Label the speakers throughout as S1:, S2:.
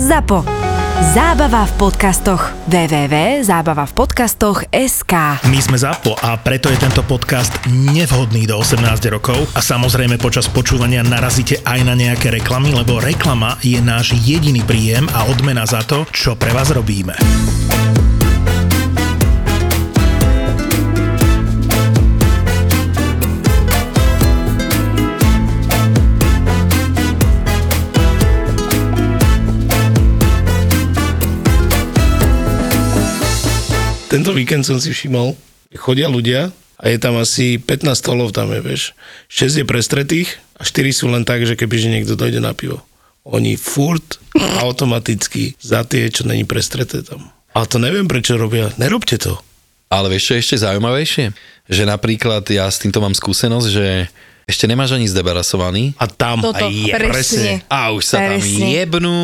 S1: ZAPO. Zábava v podcastoch. www.zábavavpodcastoch.sk
S2: My sme ZAPO a preto je tento podcast nevhodný do 18 rokov a samozrejme počas počúvania narazíte aj na nejaké reklamy, lebo reklama je náš jediný príjem a odmena za to, čo pre vás robíme.
S3: Tento víkend som si všimol, že chodia ľudia a je tam asi 15 stolov tam je, vieš. 6 je prestretých a 4 sú len tak, že kebyže niekto dojde na pivo. Oni furt automaticky za tie, čo není prestreté tam. A to neviem, prečo robia. Nerobte to.
S4: Ale vieš, čo je ešte zaujímavejšie? Že napríklad ja s týmto mám skúsenosť, že ešte nemáš ani zdebarasovaný
S3: A tam
S5: Toto,
S3: aj je.
S5: presne.
S4: a už sa tam
S5: Presne.
S4: jebnú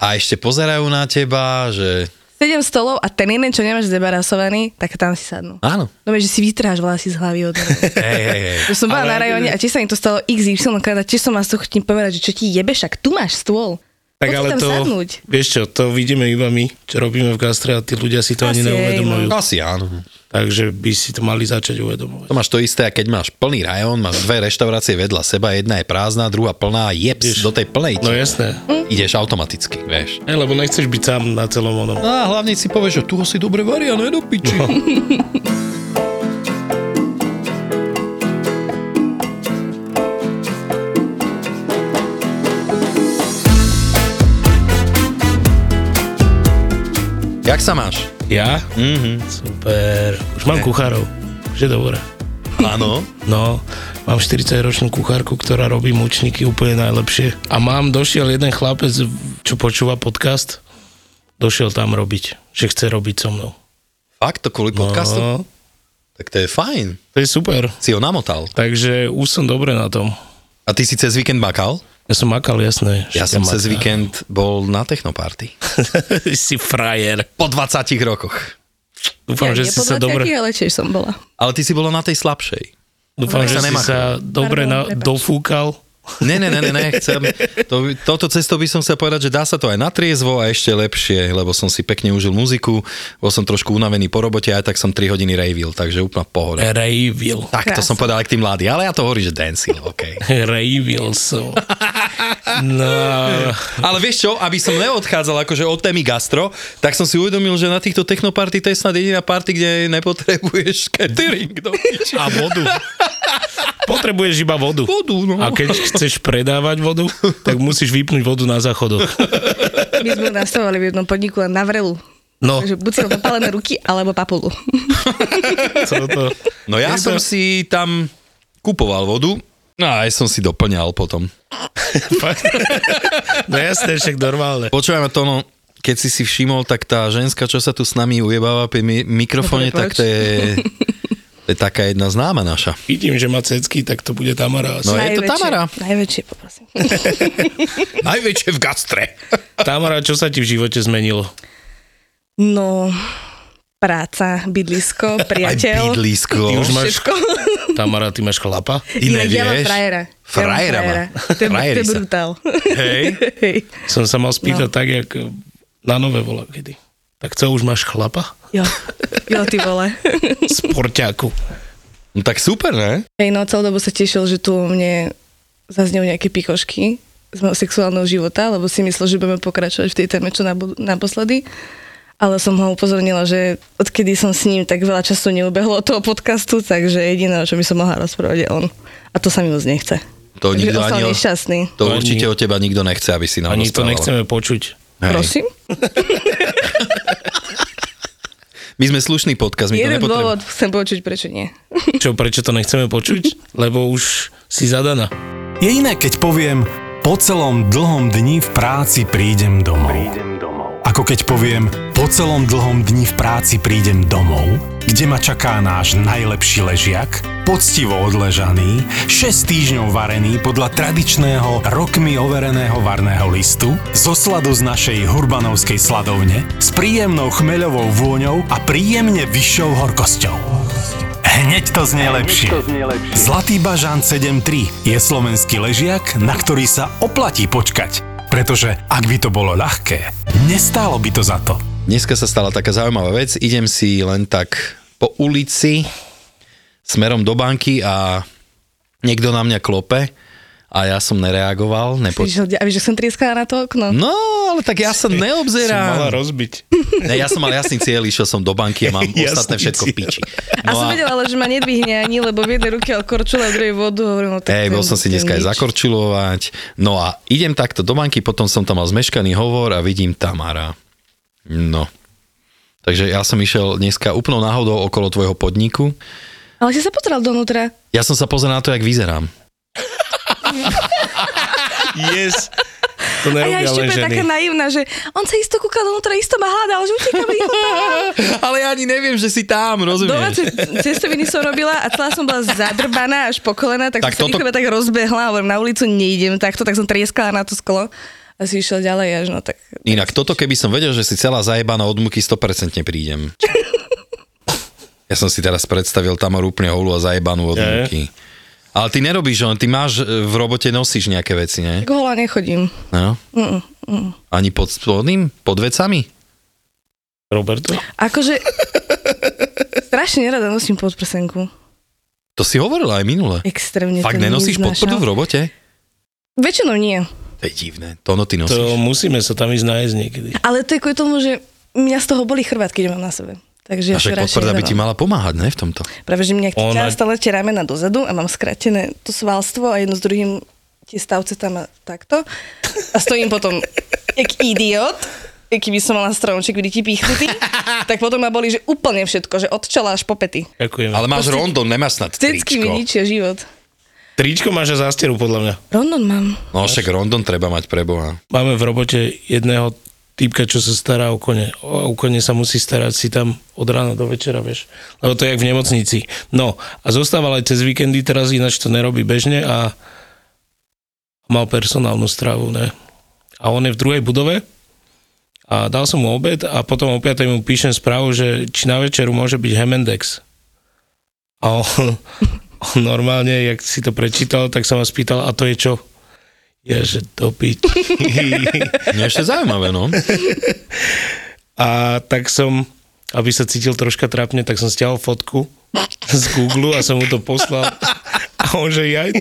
S4: a ešte pozerajú na teba, že
S5: 7 stolov a ten jeden, čo nemáš zebarasovaný, tak tam si sadnú.
S4: áno.
S5: No vieš, že si vytráš vlasy z hlavy od
S4: Hej, hej, hej.
S5: Že som bola na rajone
S3: teda.
S5: a tiež sa im to stalo XY krát a tiež som vás tu chutím povedať, že čo ti jebe, však tu máš stôl.
S3: Tak
S5: Poď
S3: ale
S5: tam
S3: to,
S5: sadnúť.
S3: vieš čo, to vidíme iba my, čo robíme v gastre a tí ľudia si to ani
S5: Asi hej, no.
S3: neuvedomujú.
S4: Asi áno.
S3: Takže by si to mali začať
S4: To
S3: uvedomovať.
S4: máš to isté, a keď máš plný rajón, máš dve reštaurácie vedľa seba, jedna je prázdna, druhá plná, jeps, do tej plnej
S3: No jasné.
S4: ideš automaticky, vieš.
S3: Ne, lebo nechceš byť sám na celom onom.
S4: No a hlavne si povieš, že tu ho si dobre varia, ne do piči. Jak sa máš?
S3: Ja?
S4: Mhm,
S3: Mm-hmm. Super. Už mám kuchárov. Už je dobré.
S4: Áno.
S3: No, mám 40-ročnú kuchárku, ktorá robí mučníky úplne najlepšie. A mám, došiel jeden chlapec, čo počúva podcast, došiel tam robiť, že chce robiť so mnou.
S4: Fakt to kvôli podcastu?
S3: No,
S4: Tak to je fajn.
S3: to je super.
S4: Si ho namotal.
S3: Takže už som dobre na tom.
S4: A ty si cez víkend makal?
S3: Ja som makal, jasné.
S4: Ja
S3: že
S4: som
S3: maká.
S4: cez víkend bol na technoparty.
S3: si frajer.
S4: Po 20 rokoch.
S3: Dúfam,
S5: Ja
S3: že
S5: nie
S3: si
S5: po
S3: sa
S5: 20,
S3: dobre,
S5: ale tiež som bola.
S4: Ale ty si bola na tej slabšej.
S3: dúfam,
S4: Tak
S3: že
S4: sa
S3: si
S4: nemá.
S3: sa dobre na,
S5: Pardon, prepáč.
S3: dofúkal.
S4: Ne, ne, ne, ne, ne chcem, to, toto cestou by som chcel povedať, že dá sa to aj na triezvo a ešte lepšie, lebo som si pekne užil muziku, bol som trošku unavený po robote, aj tak som 3 hodiny rejvil, takže
S3: E,
S4: úplná pohoda.
S3: Rejvil.
S4: Tak to
S5: krásne.
S4: som povedal aj k tým mladým, ale ja to hovorím, že dancil, OK.
S3: Rejvil som. No,
S4: Ale vieš čo, aby som neodchádzal akože od témy gastro, tak som si uvedomil, že na týchto technoparty to je snad jediná party, kde nepotrebuješ catering. no. Do piči.
S3: a vodu. Potrebuješ iba vodu.
S4: Vodu, no.
S3: A keď chceš predávať vodu, tak musíš vypnúť vodu na záchodoch.
S5: My sme nastavovali v jednom podniku len na vrelu.
S3: No,
S5: Takže buď si mal popálené ruky, alebo papulu.
S3: co to...
S4: No ja
S3: Je
S4: som
S3: to-
S4: si tam kupoval vodu, no a aj som si doplňal potom.
S3: Fakt. No jasné, však normálne.
S4: Počúvame to, no, keď si si všimol, tak tá ženská, čo sa tu s nami ujebáva pri mi- mikrofóne,
S5: Dobre,
S4: tak to je, to je taká jedna známa naša.
S3: Vidím, že má cecky, tak to bude Tamara asi. No.
S4: No. je to
S5: Najväčšie-
S4: Tamara.
S5: Najväčšie, poprosím.
S4: Najväčšie v gastre.
S3: Tamara, čo sa ti v živote zmenilo?
S5: No, práca,
S4: Aj
S5: bydlisko, priateľ.
S4: bydlisko.
S3: Ty už máš...
S5: Všetko.
S3: Tamara, ty máš chlapa?
S4: Ty
S5: Inak ja mám
S4: nevieš?
S5: frajera.
S4: Frajera
S5: ja
S4: má.
S5: mám frajera. To je, to
S4: Frajeri
S5: je
S4: sa.
S5: brutál.
S4: Hej.
S5: Hej.
S3: Som sa mal
S4: No.
S3: spýtať tak, jak na nové volá kedy. Tak co, už máš chlapa?
S5: Jo, jo, ty vole.
S3: Sporťáku.
S4: No tak super, ne?
S5: Hej, no celú dobu sa tešil, že tu u mne zaznejú nejaké pikošky z mojho sexuálneho života, lebo si myslel, že budeme pokračovať v tej téme čo nabo- naposledy. Ale som ho upozornila, že odkedy som s ním tak veľa času neubehlo od toho podcastu, takže jediné, o čo by som mohla rozprávať je on. A to sa mi moc nechce.
S4: To
S5: Takže
S4: nikto
S5: ostal
S4: ani...
S5: nešťastný.
S4: To
S3: Ani-
S4: určite od teba nikto nechce, aby si nám
S3: Ani to
S4: rozprával.
S3: nechceme počuť.
S4: Hej.
S5: Prosím?
S4: My sme slušný podcast, my to
S5: Jeden
S4: nepotrebujeme.
S5: dôvod chcem počuť, prečo nie.
S3: Čo, prečo to nechceme počuť? Lebo už si zadaná.
S6: Je iné, keď poviem, po celom dlhom dni v práci prídem domov. Ako keď poviem, po celom dlhom dni v práci prídem domov, kde ma čaká náš najlepší ležiak, poctivo odležaný, 6 týždňov varený podľa tradičného rokmi overeného varného listu, zo sladu z našej hurbanovskej sladovne, s príjemnou chmeľovou vôňou a príjemne vyššou horkosťou. Hneď to znie lepšie. Zlatý bažant 7.3 je slovenský ležiak, na ktorý sa oplatí počkať. Pretože ak by to bolo ľahké, nestálo by to za to.
S4: Dneska sa stala taká zaujímavá vec. Idem si len tak po ulici smerom do banky a niekto na mňa klope a ja som nereagoval. Nepo...
S5: Víš, a vieš, že som trieskala na to okno.
S4: No, ale tak ja sa
S3: Som mala
S4: neobzerám.
S3: rozbiť.
S4: Ne, ja som mal jasný cieľ, išiel som do banky a mám
S3: Jasný
S4: ostatné všetko v
S3: cieľ.
S4: piči. No
S5: a som vedela, ale že ma nedvihne ani, lebo v jednej ruke mal korčula, v druhej vodu. Hovorím, no, tak
S4: Hej,
S5: to
S4: bol
S5: je-
S4: som si
S5: to je
S4: dneska aj
S5: nič.
S4: zakorčilovať. No a idem takto do banky, potom som tam mal zmeškaný hovor a vidím Tamara. No. Takže ja som išiel dneska úplnou náhodou okolo tvojho podniku.
S5: Ale si sa potral donútra.
S4: Ja som sa pozeral na to, jak vyzerám.
S3: Yes. To
S5: A ja
S3: nerobia
S5: ešte
S3: len
S5: úplne
S3: ženy.
S5: taká naivná, že on sa isto kúka donútra, isto ma hľadal, že utekam rýchlo tam.
S4: Ale ja ani neviem, že si tam,
S5: Domáce cestoviny som robila a celá som bola zadrbaná až po kolena, tak,
S4: Tak
S5: tak som
S4: toto-
S5: toto... tak rozbehla, hovorím, na ulicu neidem takto, tak som trieskala na to sklo a si išla ďalej až, no tak...
S4: Inak toto, keby som vedel, že si celá zajebaná od muky 100% prídem. Ja som si teraz predstavil Tamaru úplne holú a zajebanú od
S3: Je.
S4: muky. Ale ty nerobíš, len ty máš e, v robote nosíš nejaké veci, ne?
S5: Tak hola nechodím.
S4: No.
S5: Mm, mm.
S4: Ani pod spodným? Pod vecami?
S3: Roberto?
S5: Akože... strašne nerada nosím podprsenku.
S4: To si hovorila aj minule.
S5: Extrémne
S4: Fakt
S5: to
S4: nenosíš podprdu v
S5: neznášam.
S4: robote?
S5: Väčšinou nie.
S4: To je divné. To no ty
S3: To
S4: nosíš.
S3: musíme sa tam ísť nájsť niekedy.
S5: Ale to je kvôli tomu, že mňa z toho boli chrbát, keď mám na sebe.
S4: A
S5: Takže ja si
S4: však
S5: radšej
S4: podprda by
S5: nedávam.
S4: ti mala pomáhať, ne, v tomto.
S5: Práve, že mňa
S3: Ona-
S5: Ona... stále tie ramena dozadu a mám skrátené to svalstvo a jedno s druhým tie stavce tam a takto. A stojím potom, jak idiot, aký by som mala stromček, vidíte, pichnutý, tak potom ma boli, že úplne všetko, že od čela až po pety.
S3: Ďakujeme.
S4: Ale máš rondon, nemáš snad
S5: Cecky
S4: tričko.
S5: mi ničia život.
S3: Tričko máš a zásteru, podľa mňa.
S5: Rondon mám.
S4: No však rondon treba mať pre Boha.
S3: Máme v robote jedného typka, čo sa stará o kone. O, o kone sa musí starať si tam od rána do večera, vieš. Lebo to je jak v nemocnici. No, a zostával aj cez víkendy, teraz ináč to nerobí bežne a mal personálnu stravu, ne. A on je v druhej budove a dal som mu obed a potom o 5. mu píšem správu, že či na večeru môže byť Hemendex. A on, on normálne, jak si to prečítal, tak sa ma spýtal, a to je čo? Ja, že to piči.
S4: No ešte zaujímavé, no.
S3: A tak som, aby sa cítil troška trápne, tak som stiahol fotku z Google a som mu to poslal. A on že jaj.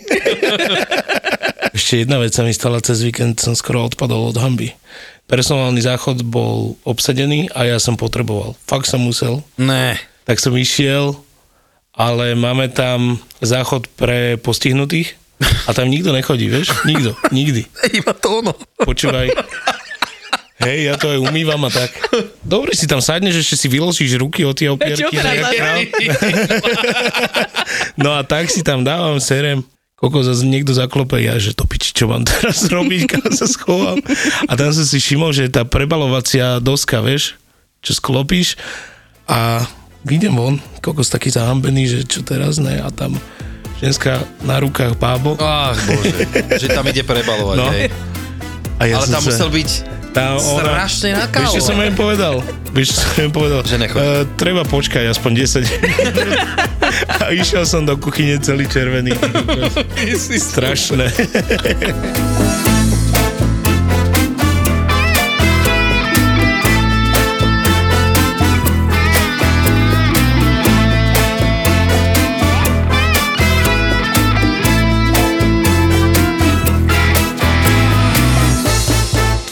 S3: Ešte jedna vec sa mi stala cez víkend, som skoro odpadol od hamby. Personálny záchod bol obsadený a ja som potreboval. Fakt som musel.
S4: Ne.
S3: Tak som išiel, ale máme tam záchod pre postihnutých a tam nikto nechodí, vieš? Nikto, nikdy.
S4: Iba to ono.
S3: Počúvaj. Hej, ja to aj umývam a tak. Dobre si tam sadneš, ešte si vyložíš ruky od tie opierky.
S5: Čo
S3: tak, No a tak si tam dávam serem. Koko zase niekto zaklope, ja, že to piči, čo mám teraz robiť, kam sa schovám. A tam som si všimol, že tá prebalovacia doska, vieš, čo sklopíš a idem von, kokos taký zahambený, že čo teraz ne a tam ženská na rukách bábo.
S4: No. Ach bože, že tam ide prebalovať,
S3: No.
S4: hej.
S3: A ja
S4: Ale
S3: som
S4: tam
S3: sa-
S4: musel byť
S3: Tá ona,
S4: strašne
S3: Vieš, čo som
S4: nakalovaný.
S3: im povedal? Vieš, čo som im povedal?
S4: Že nechodí.
S3: Eh, treba počkať aspoň 10 A išiel som do kuchyne celý červený. Strašné.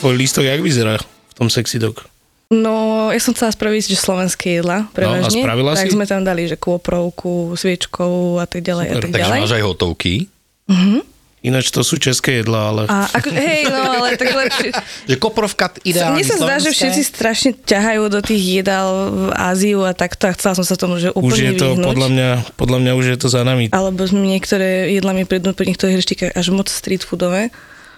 S3: Tvoj lístok jak vyzerá v tom sexy dog?
S5: No, ja som chcela spraviť, že slovenské
S4: No,
S5: jedla, prevažne.
S3: spravila
S5: tak
S3: si?
S5: sme tam dali, že kôprovku, sviečkovú a tak ďalej a
S3: Super.
S5: tak
S4: Takže
S5: ďalej.
S4: máš aj hotovky.
S3: Ináč to sú české jedlá, ale...
S5: A ako, hej, no, ale tak lepšie,
S4: Že koprovka
S5: Mne sa zdá, že všetci strašne ťahajú do tých jedál v Áziu a takto a chcela som sa tomu, že úplne
S3: Už je to,
S5: vyhnúť.
S3: podľa mňa, podľa mňa už je to za nami.
S5: Alebo sme niektoré jedlá mi prídu pri niektorých reštikách až moc street foodové.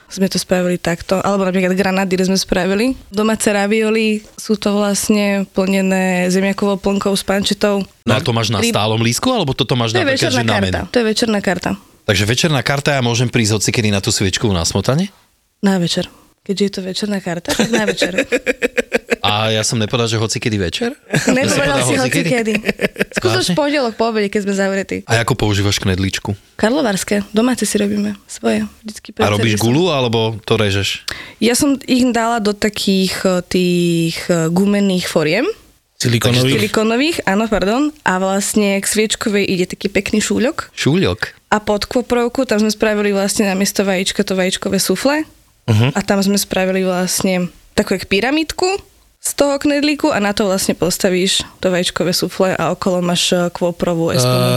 S5: Sme to spravili takto. Alebo napríklad granadír sme spravili. Domáce ravioli sú to vlastne plnené zemiakovou plnkou s pančetou.
S4: No a to máš na
S5: Pri-
S4: stálom lísku, alebo toto máš
S5: To je
S4: napríklad, že
S5: večerná
S4: na
S5: karta.
S4: menu?
S5: To je večerná karta.
S4: Takže večerná karta, ja môžem prísť hoci kedy na tú sviečku na smotane?
S5: Na večer. Keďže je to večerná karta, tak na večer.
S4: A A ja som nepovedal, že hoci kedy večer?
S5: Nepovedal
S4: povedal
S5: si hoci
S4: hocikedy?
S5: kedy. Skús
S4: Vážne?
S5: už v pondelok po obede, keď sme zavretí.
S4: A ako používaš knedličku?
S5: Karlovarské, domáce si robíme svoje.
S4: A
S5: Vždycky pre
S4: robíš
S5: celý som-
S4: gulu, alebo to režeš?
S5: Ja som ich dala do takých eh, tých eh, gumených foriem,
S3: Silikonový.
S5: silikonových, áno, pardon, a vlastne k sviečkovej ide taký pekný šúľok.
S4: Šúľok.
S5: A pod kvoprovku tam sme spravili vlastne namiesto vajíčka to vajíčkové sufle
S3: Uh-huh.
S5: a tam sme spravili vlastne takú jak pyramidku z toho knedlíku a na to vlastne postavíš to vajíčkové sufle a okolo máš eh, kvoprovú esponu. Uh...
S3: Uh,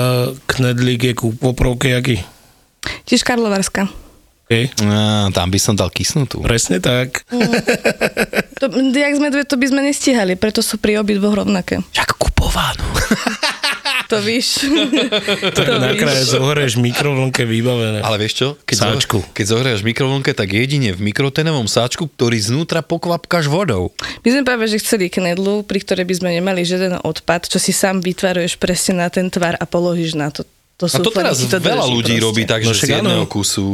S3: knedlík je ku poprovke jaký?
S5: Tiež Karlovarská.
S3: Okay.
S4: Á, tam by som dal kysnutú.
S3: Presne tak.
S5: No, To, jak sme dve, to by sme nestíhali, preto sú pri obi dvoch rovnaké.
S4: Však kupovanú.
S5: To víš. to
S3: Na kraje zohreš mikrovlnke vybavené.
S4: Ale vieš čo? Keď,
S3: Sáčku.
S4: Zo, keď zohriaš v mikrovlnke, tak jedine v mikrotenovom sáčku, ktorý znútra pokvapkáš vodou.
S5: My sme práve, že chceli knedlu, pri ktorej by sme nemali žiaden odpad, čo si sám vytvaruješ presne na ten tvar a položíš na to. To
S4: A
S5: sú
S4: to teraz
S5: fleky, to
S4: veľa
S5: drží
S4: ľudí
S5: proste.
S4: robí tak,
S3: No
S4: že
S3: však
S4: z jedného
S3: áno.
S4: kusu.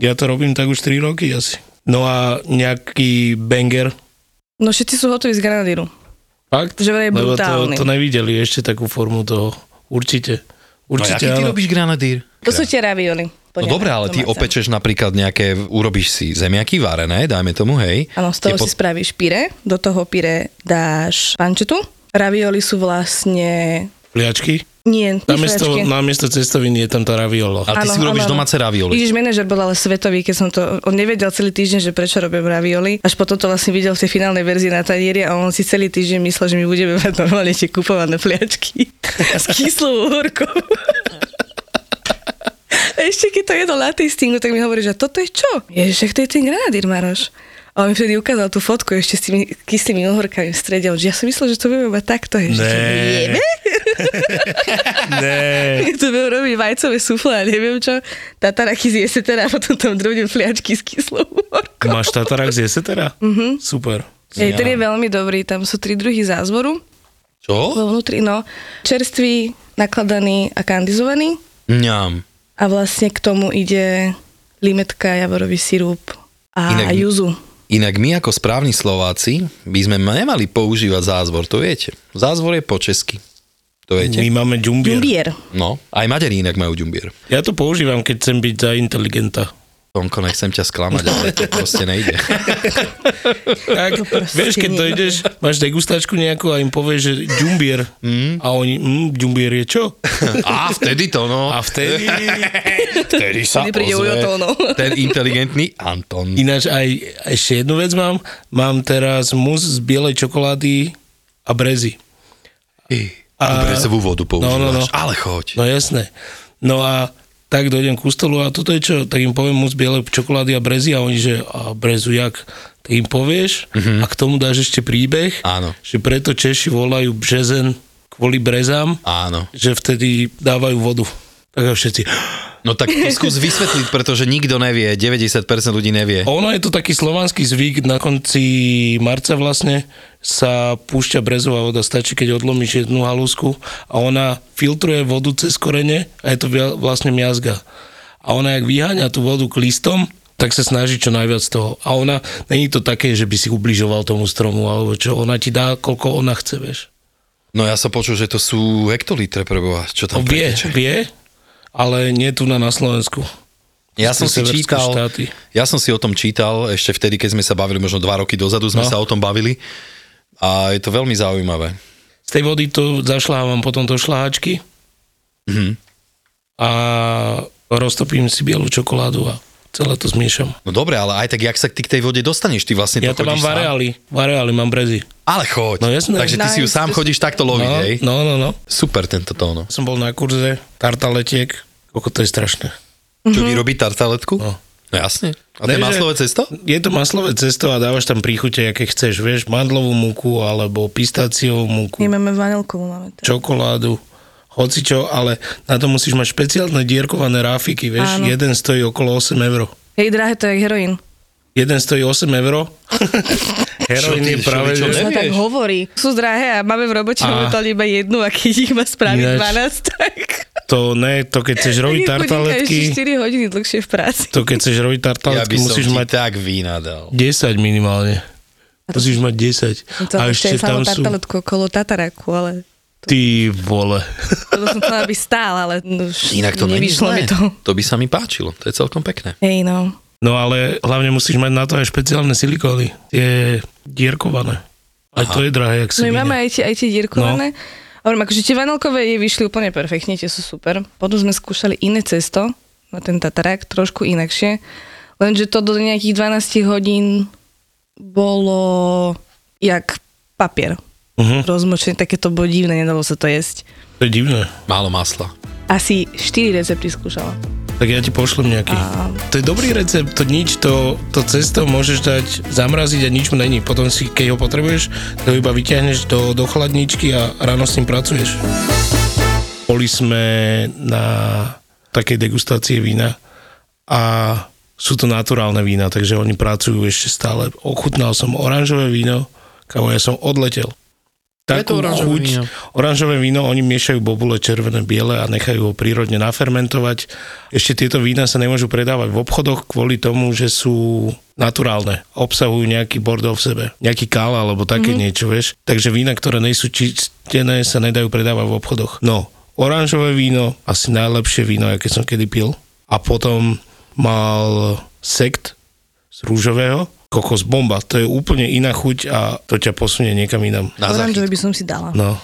S3: Ja to robím tak už 3 roky asi. No a nejaký banger?
S5: No všetci sú hotoví z granadíru.
S3: Fakt?
S5: Že vraj
S3: Lebo to,
S5: brutálny.
S3: to nevideli ešte takú formu toho. Určite.
S4: No
S3: Určite
S4: aký ty
S3: áno.
S4: robíš granadír?
S5: To sú tie ravioli.
S4: No
S5: Poďme,
S4: dobre, ale ty
S5: domáce.
S4: opečeš napríklad nejaké, urobíš si zemiaky varené, dajme tomu, hej.
S5: Áno, z toho
S4: Tie
S5: si spravíš pire, do toho pire dáš pančetu. Ravioli sú vlastne...
S3: Pliačky?
S5: Nie,
S3: Namiesto,
S5: nefračky.
S3: namiesto cestoviny je tam tá raviola.
S4: A ty si urobíš domáce ravioli.
S5: Vidíš, manažer bol ale svetový, keď som to... On nevedel celý týždeň, že prečo robím ravioli. Až potom to vlastne videl v tej finálnej verzii na tanieri a on si celý týždeň myslel, že my budeme mať normálne tie kupované pliačky s kyslou uhorkou. A ešte keď to jedol na tastingu, tak mi hovorí, že toto je čo? Ježiš, však to je ten granadír, Maroš. A on mi vtedy ukázal tú fotku ešte s tými kyslými uhorkami v strede. On, že ja som myslel, že to budeme mať takto. Ježiš,
S3: Né.
S5: to vieme? to budú robiť vajcové sufle a neviem čo. Tataraky zjese teda a potom tam drobne fliačky s kyslou horkou.
S3: Máš tatarak z jesetera? Mm-hmm.
S5: Mhm.
S3: Super.
S5: Ej, ten je veľmi dobrý, tam sú tri druhy zázvoru.
S4: Čo?
S5: Vo vnútri, no, čerstvý, nakladaný a kandizovaný.
S4: Mňam.
S5: A vlastne k tomu ide limetka, javorový sirup a
S4: Inak-
S5: Inak... juzu.
S4: Inak my ako správni Slováci by sme nemali používať zázvor, to viete. Zázvor je po česky. To viete.
S3: My máme džumbier.
S5: Jumbier.
S4: No, aj Maďari inak majú ďumbier.
S3: Ja to používam, keď chcem byť za inteligenta.
S4: Tonko, nechcem ťa sklamať, ale to proste nejde.
S3: Tak, vieš, keď
S5: nie.
S3: dojdeš, máš degustačku nejakú a im povieš, že džumbier. Mm. A oni, mm, džumbier je čo?
S4: A vtedy to, no.
S3: A vtedy...
S4: vtedy sa
S5: Vtedy príde no.
S4: ozve
S5: Ujo Tónov.
S4: ten inteligentný Anton.
S3: Ináč aj ešte jednu vec mám. Mám teraz mus z bielej čokolády a brezy.
S4: A... Dobrezovú vodu používaš.
S3: No, no, no.
S4: Ale choď.
S3: No jasné. No a tak dojdem ku stolu a toto je čo? Tak im poviem mus biele čokolády a brezy a oni, že a brezu jak? Tak im povieš a k tomu dáš ešte príbeh,
S4: Áno.
S3: že preto Češi volajú březen kvôli brezám,
S4: Áno.
S3: že vtedy dávajú vodu. Tak a všetci.
S4: No tak to skús vysvetliť, pretože nikto nevie, 90% ľudí nevie.
S3: A Ono je to taký slovanský zvyk, na konci marca vlastne sa púšťa brezová voda, stačí keď odlomíš jednu halúsku a ona filtruje vodu cez korene a je to via- vlastne miazga. A ona jak vyháňa tú vodu k listom, tak sa snaží čo najviac z toho. A ona, není to také, že by si ubližoval tomu stromu, alebo čo, ona ti dá, koľko ona chce, vieš.
S4: No ja som počul, že to sú hektolitre preboha, čo
S3: No,
S4: tam
S3: vie,
S4: preteče.
S3: vie, ale nie tu na, na Slovensku.
S4: Ja som si
S3: Severské
S4: čítal,
S3: štáty.
S4: ja som si o tom čítal ešte vtedy, keď sme sa bavili, možno dva roky dozadu sme
S3: No.
S4: sa o tom bavili a je to veľmi zaujímavé.
S3: Z tej vody to zašlávam potom do šláhačky
S4: Mhm.
S3: a roztopím si bielu čokoládu a celé to zmiešam.
S4: No dobre, ale aj tak, jak sa ty k tej vode dostaneš, ty vlastne
S3: Ja
S4: to
S3: to mám
S4: chodíš
S3: v
S4: sám?
S3: areáli, v areáli mám brezy.
S4: Ale choď.
S3: No jasné.
S4: Takže ty si ju
S5: Nice.
S4: sám chodíš takto loviť,
S3: No,
S4: hej?
S3: no, no, no.
S4: Super tento tóno.
S3: Som bol na kurze tartaletiek, koľko to je strašné.
S5: Mhm.
S4: Čo vyrobí tartaletku? No. no jasne. A to je
S3: Takže-
S4: maslové cesto?
S3: Je to maslové cesto a dávaš tam príchute, aké chceš, vieš, mandlovú múku alebo pistáciovú múku,
S5: Nemáme vanilkovú, máme to.
S3: čokoládu, hocičo, ale na to musíš mať špeciálne dierkované ráfiky, vieš,
S5: Áno.
S3: jeden stojí okolo 8 eur.
S5: Hej, drahé, to je jak heroín.
S3: Jeden stojí 8 eur. Heroin
S4: ty,
S3: je
S4: čo
S3: práve,
S4: vy, čo
S3: že...
S5: No tak hovorí. Sú drahé a máme v robote
S3: A-
S5: momentálne iba jednu a keď ich má spraviť
S3: Ináč-
S5: 12, tak...
S3: To ne, to keď chceš robiť
S5: Ani chudinka
S3: tartaletky,
S5: ešte 4 hodiny dlhšie v práci.
S3: to keď chceš robiť
S4: Ja
S3: tartaletky,
S4: by som
S3: musíš
S4: ti
S3: mať
S4: tak vynadal.
S3: 10 minimálne.
S5: A No
S3: Musíš mať 10.
S5: To
S3: a ešte tam sú...
S5: tartaletku okolo Tataraku, ale
S3: Ty vole.
S5: to som chcela, aby stál, ale no, už
S4: Inak to není
S5: nevyšlo
S4: zlé.
S5: mi to.
S4: To by sa mi páčilo. To je celkom pekné.
S5: Hej, no.
S3: No ale hlavne musíš mať na to aj špeciálne silikóny. Je dierkované. Aj to je drahé, jak si
S5: No my máme aj tie, aj tie dierkované. No. Hovorím, akože tie vanilkové jej vyšli úplne perfektne, tie sú super. Potom sme skúšali iné cesto na ten tatarák, trošku inakšie. Lenže to do nejakých 12 hodín bolo jak papier.
S3: Uh-huh.
S5: Rozmočené, také to bolo divné, nedalo sa to jesť.
S3: To je divné.
S4: Málo masla.
S5: Asi 4 recepty skúšala.
S3: Tak ja ti pošlem nejaký. A... To je dobrý recept, to nič, to, to cesto môžeš dať zamraziť a nič mu není. Potom si, keď ho potrebuješ, to iba vyťahneš do, do chladničky a ráno s ním pracuješ. Boli sme na takej degustácii vína a sú to naturálne vína, takže oni pracujú ešte stále. Ochutnal som oranžové víno, kamo ja som odletel. Takú
S4: to oranžové
S3: chuť,
S4: víno?
S3: Oranžové víno, oni miešajú bobule červené, biele a nechajú ho prírodne nafermentovať. Ešte tieto vína sa nemôžu predávať v obchodoch kvôli tomu, že sú naturálne. Obsahujú nejaký bordel v sebe, nejaký kál alebo
S4: Mhm.
S3: také mm-hmm. niečo, vieš. Takže vína, ktoré nie sú čistené, sa nedajú predávať v obchodoch. No, oranžové víno, asi najlepšie víno, aké som kedy pil. A potom mal sekt z rúžového, kokos bomba. To je úplne iná chuť a to ťa posunie niekam inam.
S4: Na
S5: Oranžové
S4: záchyt.
S5: by som si dala.
S3: No.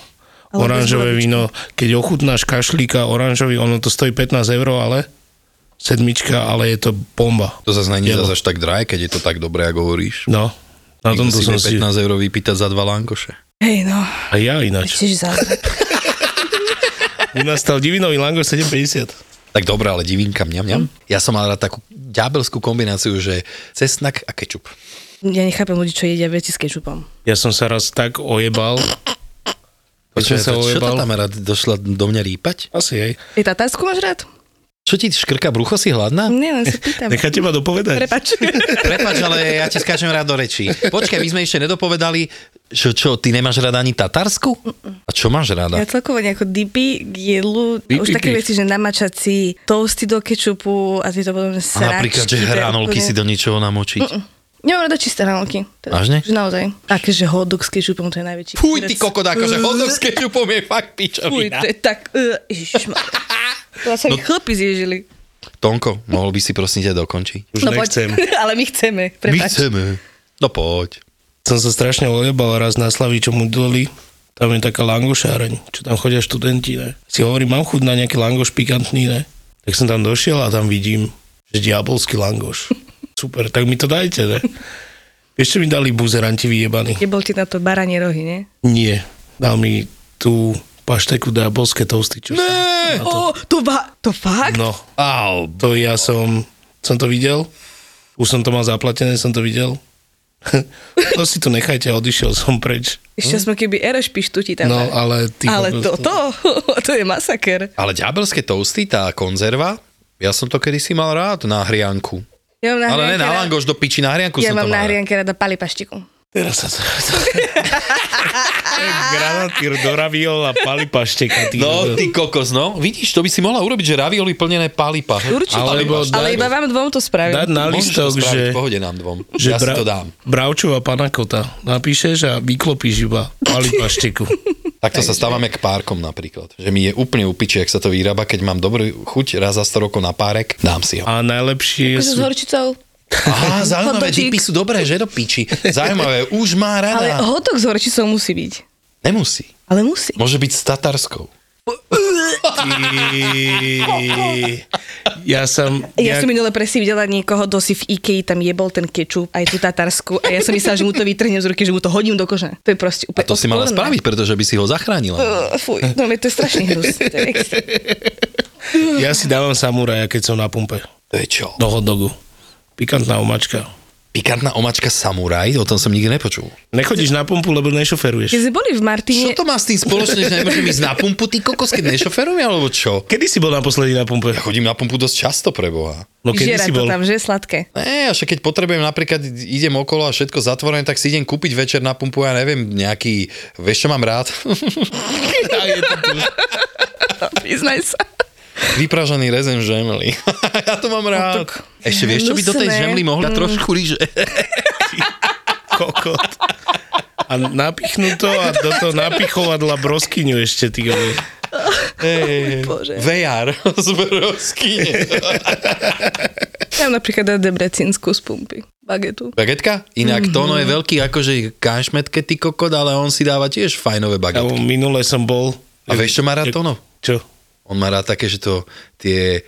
S5: Ale
S3: oranžové
S5: bez
S3: víno, keď ochutnáš kašlíka oranžový, ono to stojí 15 eur, ale sedmička, ale je to bomba.
S4: To zase není
S3: Jelo.
S4: zase až tak drahé, keď je to tak dobré, ako hovoríš.
S3: No, na
S4: Niekto
S3: tomto
S4: si
S3: som si...
S4: vie 15 eur vypýtať za dva lankoše.
S5: Hej, no.
S3: A ja ináč.
S5: Tiež záleží.
S3: U nás stal divinový langoš 7,50.
S4: Tak dobre, ale divinka, mňam,
S5: Mhm.
S4: mňam. Ja som mal rád takú ďábelskú kombináciu, že cesnak a kečup.
S5: Ja nechápem ľudí, čo jedia veci s kečupom.
S3: Ja som sa raz tak ojebal. Počujem sa
S4: čo to
S3: ojebal.
S4: tam rád došla do mňa rýpať?
S3: Asi jej.
S5: Ty tatársku máš rád?
S4: Čo ti škrka brucho, si hladná?
S5: Nie, len sa pýtam.
S3: Nechaj teba dopovedať.
S5: Prepač.
S4: Prepač, ale ja ti skáčem rád do rečí. Počkaj, my sme ešte nedopovedali, čo, čo, ty nemáš rada ani Tatarsku? A čo máš rada?
S5: Ja celkovo nejako dipy k jedlu,
S3: Dipy,
S5: už také
S3: dip.
S5: veci, že namačať si toasty do kečupu a tieto podobné
S4: A
S5: sračky.
S4: napríklad, že
S5: to je
S4: hranolky
S5: úplne-
S4: si do ničoho namočiť.
S5: Nemám rada čisté hranolky. Teda,
S4: Vážne?
S5: Že naozaj. Akéže hodok s kečupom, to je najväčší.
S4: Fuj,
S5: kec.
S4: ty kokot, akože
S5: Eh,
S4: hodok s kečupom je fakt
S5: Fuj,
S4: pičovina.
S5: to je tak... eh, Ježišmar. To sa no, chlpy zježili.
S4: Tonko, mohol by si prosím ťa
S3: Už
S4: dokončiť?
S5: No
S3: nechcem.
S5: poď, ale my chceme. Prepač.
S4: chceme. No poď.
S3: Som sa strašne ojebal raz na Slavičom udoli. Tam je taká langošáreň, čo tam chodia študenti, ne? Si hovorím, mám chuť na nejaký langoš pikantný, ne? Tak som tam došiel a tam vidím, že diabolský langoš. Super, tak mi to dajte, ne? Vieš, čo mi dali buzeranti vyjebaní?
S5: Nebol ti na to baranie rohy, nie?
S3: Nie. Dal mi tú pašteku diabolské toasty, čo som...
S5: O, to, va- to fakt?
S3: No. Au. To ja som... Som to videl. Už som to mal zaplatené, som to videl. to si tu nechajte, odišiel som preč.
S4: Hm?
S5: Ešte sme keby ereš pištu ti tam.
S3: No,
S5: dali.
S3: ale ty...
S5: ale
S3: kokos,
S5: to, to, to je masaker.
S4: Ale ďábelské toasty, tá konzerva, ja som to kedysi mal rád na hrianku.
S5: Ja mám na
S4: Ale ne
S5: hrianke
S4: na
S5: rád-
S4: langoš, do piči, na hrianku
S5: Ja
S4: som to
S5: mám
S4: mal
S5: na
S4: rád.
S5: hrianke rada palipaštiku.
S3: Teraz sa to... Granatír do raviola, palipa šteka. Ty
S4: No, ty kokos, no. Vidíš, to by si mohla urobiť, že ravioli plnené palipa.
S5: Určite.
S3: Alebo
S5: Ale, ale
S3: daj-
S5: iba vám dvom to spravím.
S3: Dať na
S4: Môžeš to
S3: listok,
S4: spraviť,
S3: že...
S4: Pohode nám dvom.
S3: že
S4: Ja si to dám.
S3: Bravčová panakota. Napíšeš a vyklopíš iba palipa šteku.
S4: Takto sa stávame k párkom napríklad. Že mi je úplne upiči, ak sa to vyrába, keď mám dobrú chuť raz za 100 rokov na párek, dám si ho.
S3: A najlepšie
S5: Akože s
S3: sú...
S5: horčicou.
S4: Á, zaujímavé,
S5: Hotočík.
S4: dipy sú dobré, že do piči. Zaujímavé, už má
S5: Ale
S4: rada.
S5: hotok s horčicou musí byť.
S4: Nemusí.
S5: Ale musí.
S4: Môže byť s tatarskou.
S3: Ty- Ja som...
S5: Ja som minule presne videla niekoho, kto si v Ikei tam jebol ten kečup, aj tú tatarsku a ja som myslela, že mu to vytrhnem z ruky, že mu to hodím do kože. To je proste
S4: A
S5: úplne
S4: to si mala
S5: odporné.
S4: spraviť, pretože by si ho zachránila.
S5: Eh, Fuj, no mi to je strašný hnus. To je extra.
S3: ja si dávam samuraja, keď som na pumpe.
S4: To je čo?
S3: Do hotdogu. Pikantná omačka.
S4: Pikantná omačka samuraj, o tom som nikdy nepočul.
S3: Nechodíš na pumpu, lebo
S5: Keď
S3: nešoferuješ.
S5: sme boli v Martine,
S4: Čo to má s tým spoločné, že nemôžem ísť na pumpu, ty kokos, keď nešoferujem, alebo čo?
S3: Kedy si bol naposledy na pumpe?
S4: Ja chodím na pumpu dosť často pre Boha.
S3: No kedy
S5: vyžiera
S3: si
S5: to
S3: bol?
S5: tam, že sladké.
S4: Ne, až keď potrebujem napríklad, idem okolo a všetko zatvorené, tak si idem kúpiť večer na pumpu, ja neviem, nejaký, vieš čo mám rád?
S5: Priznaj sa.
S4: Vypražaný rezen žemly. ja to mám rád.
S5: tak
S4: Ešte vieš, čo by do tej
S5: hnusné.
S4: žemly mohla trošku ríže?
S3: Kokot. a napichnú to a do toho napichovadla broskyňu ešte, ty vieš.
S5: Bože.
S4: VR z Brovskine.
S5: Ja mám napríklad aj debrecínsku z pumpy. Bagetu.
S4: Bagetka? Inak mm-hmm. Tono je veľký akože kašmetke ty kokot, ale on si dáva tiež fajnové bagetky.
S3: Alebo minule som bol...
S4: A vieš, čo má rád Tono?
S3: Čo?
S4: On má rád také, že to tie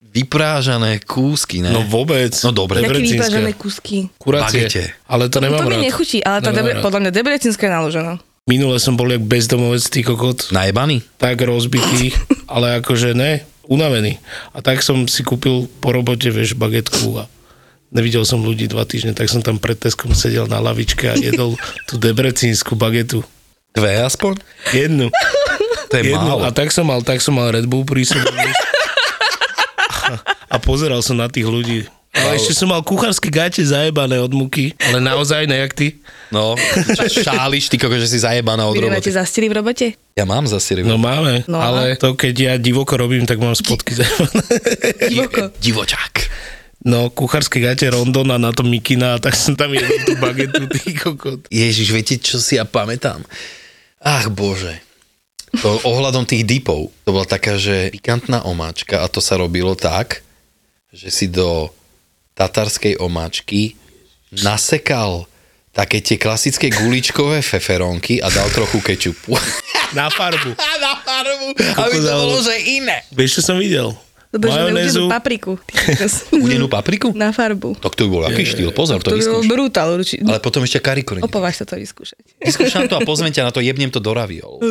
S4: vyprážané kúsky, ne?
S3: No vôbec.
S4: No dobre.
S5: Také
S3: Debrecínske.
S5: vypažené kusky.
S3: Kurácie.
S4: Bagete.
S3: Ale to nemám
S5: to mi
S3: rád.
S5: nechutí, ale tá
S3: Nemám
S5: debre,
S3: rád.
S5: podľa mňa debrecínska je naložená.
S3: Minule som bol jak bezdomovec, ty kokot,
S4: Najebaný?
S3: tak rozbitý, ale akože ne, unavený. A tak som si kúpil po robote, vieš, bagetku a nevidel som ľudí dva týždne, tak som tam pred Teskom sedel na lavičke a jedol tú debrecínsku bagetu.
S4: Dve aspoň?
S3: Jednu.
S4: To je
S3: jednu. A
S4: málo.
S3: tak som mal, tak som mal Red Bull pri sebe. vieš. a pozeral som na tých ľudí. Ale ešte som mal kuchárske gáte zajebané od muky, ale naozaj nejak ty.
S4: No, čo šáliš, ty koko, že si zajebaná od
S5: Vy
S4: roboty.
S5: nemáte zastily v robote?
S4: Ja mám za Siriu.
S3: No máme, no,
S5: No
S3: ale to keď ja divoko robím, tak mám spodky zajebané.
S5: Divoko.
S4: Divočák.
S3: No, kuchárske gate Rondona na tom Mikina, tak som tam jedol tú bagetu, ty kokot.
S4: Ježiš, viete, čo si ja pamätám? Ach bože. To, ohľadom tých dipov, to bola taká, že pikantná omáčka a to sa robilo tak, že si do tatarskej omáčky nasekal také tie klasické guličkové feferónky a dal trochu kečupu.
S3: Na farbu.
S4: A na farbu, aby to
S3: Kokozalo.
S4: bolo, že iné.
S3: Vieš, čo som videl?
S5: Dobre, že neudenú
S3: Majonézu,
S5: papriku.
S4: Udenú papriku?
S5: Na farbu.
S4: Tak to by bol aký štýl, pozor, to
S5: No. To by bol
S4: vyskúš.
S5: brutál určite.
S4: Ale potom ešte karikorin.
S5: Opováž sa to vyskúšať.
S4: Vyskúšam to a pozvem ťa na to, jebnem to do raviol.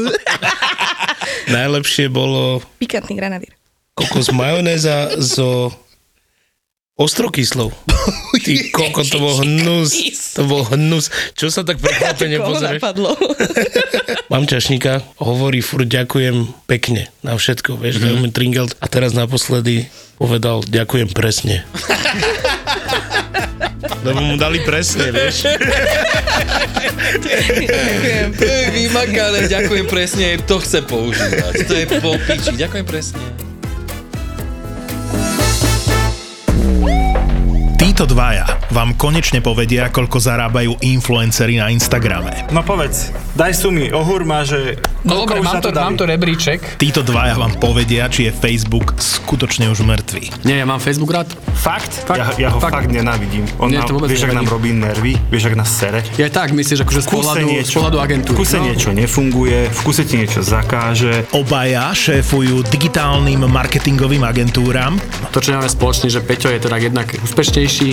S3: najlepšie bolo
S5: Pikantný granadír.
S3: kokos majonéza zo ostrokyslov. Ty kokot, to bol hnus. To bol hnus. Čo sa tak prekvapene
S5: Koho
S3: pozrieš?
S5: napadlo?
S3: Mám čašníka, hovorí furt ďakujem pekne na všetko, vieš, mm-hmm. Tringelt. A teraz naposledy povedal ďakujem presne. Lebo mu dali presne, vieš.
S4: Ďakujem. To je vymakané, ďakujem presne, to chcem používať. To je po piči, ďakujem presne.
S2: Títo dvaja vám konečne povedia, koľko zarábajú influencery na Instagrame.
S7: No povedz, daj sumy, ohurma, že...
S8: No dobre,
S7: koľko už za
S8: mám to,
S7: dali?
S8: mám to rebríček.
S2: Títo dvaja vám povedia, či je Facebook skutočne už mŕtvy.
S8: Nie, ja mám Facebook rád.
S7: Fakt? fakt? Ja, ja ho fakt, fakt nenávidím. On
S8: Nie,
S7: nám,
S8: to vôbec
S7: vieš, ak nám
S8: nevadí.
S7: robí nervy, vieš, ak nás sere.
S8: Ja tak myslíš, akože z
S7: V kuse
S8: pohľadu, z
S7: niečo,
S8: pohľadu agentúry.
S7: v kuse
S8: no?
S7: niečo nefunguje, v kuse ti niečo zakáže.
S2: Obaja šéfujú digitálnym marketingovým agentúram,
S8: To, čo máme spoločne, že Peťo je teda jednak úspešnejší,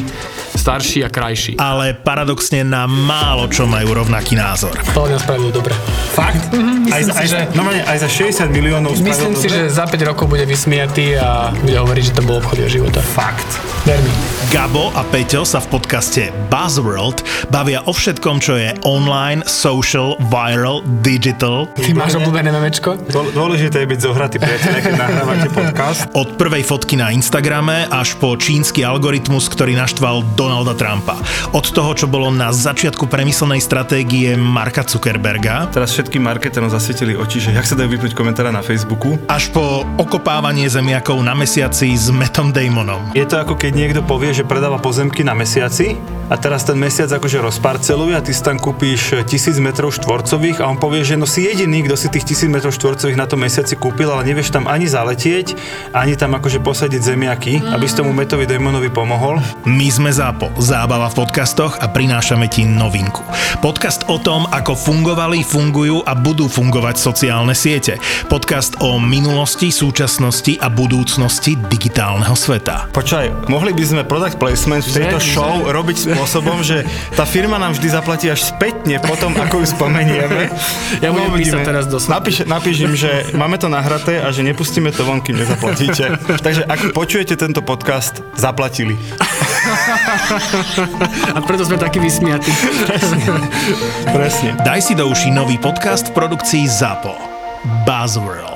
S8: starší a krajší. A
S2: ale paradoxne na málo čo majú rovnaký názor.
S8: to nás spravilo dobre. Fakt? Mm-hmm,
S7: Mhm. Aj,
S8: myslím,
S7: za-
S8: si,
S7: aj,
S8: že,
S7: za- normálne aj za 60 miliónov spravil
S8: myslím si,
S7: dobre.
S8: že za 5 rokov bude vysmiatý a bude hovoriť, že to bol obchod jeho života.
S7: Fakt.
S8: Vermi.
S2: Gabo a Peťo sa v podcaste Buzzworld bavia o všetkom, čo je online, social, viral, digital,
S8: Ty máš obľúbené memečko?
S7: Dôl- Dôležité je byť zohratý priateľ, keď nahrávate podcast.
S2: od prvej fotky na Instagrame až po čínsky algoritmus, ktorý naštval Donalda Trumpa. Od toho, čo bolo na začiatku premyslenej stratégie Marka Zuckerberga,
S7: Teraz všetkým marketerom zasvietili oči, že jak sa dajú vypnúť komentára na Facebooku.
S2: až po okopávanie zemiakov na mesiaci s Metom Damonom.
S7: Je to ako keď niekto povie, že predáva pozemky na mesiaci a teraz ten mesiac akože rozparceluje a ty si tam kúpíš tisíc metrov štvorcových a on povie, že no si jediný, kto si tých tisíc metrov štvorcových na tom mesiaci kúpil, ale nevieš tam ani zaletieť, ani tam akože posadiť zemiaky, aby si tomu metovi Damonovi pomohol.
S2: My sme ZAPO, zábava v podcastoch a prinášame ti novinku. Podcast o tom, ako fungovali, fungujú a budú fungovať sociálne siete. Podcast o minulosti, súčasnosti a budúcnosti digitálneho sveta.
S7: Počkaj, mohli by sme product placement v tejto
S8: Že,
S7: show
S8: že.
S7: robiť spôsobom, že tá firma nám vždy zaplatí až spätne potom, ako ju spomenieme.
S8: Ja budem
S7: Uvidíme.
S8: písať teraz do svadby.
S7: Napíš, napíš im, že máme to nahraté a že nepustíme to von, kým nezaplatíte. Takže ak počujete tento podcast, zaplatili.
S8: A preto sme takí vysmiatí.
S7: Presne.
S2: Daj si do uší nový podcast v produkcii ZAPO. Buzzworld.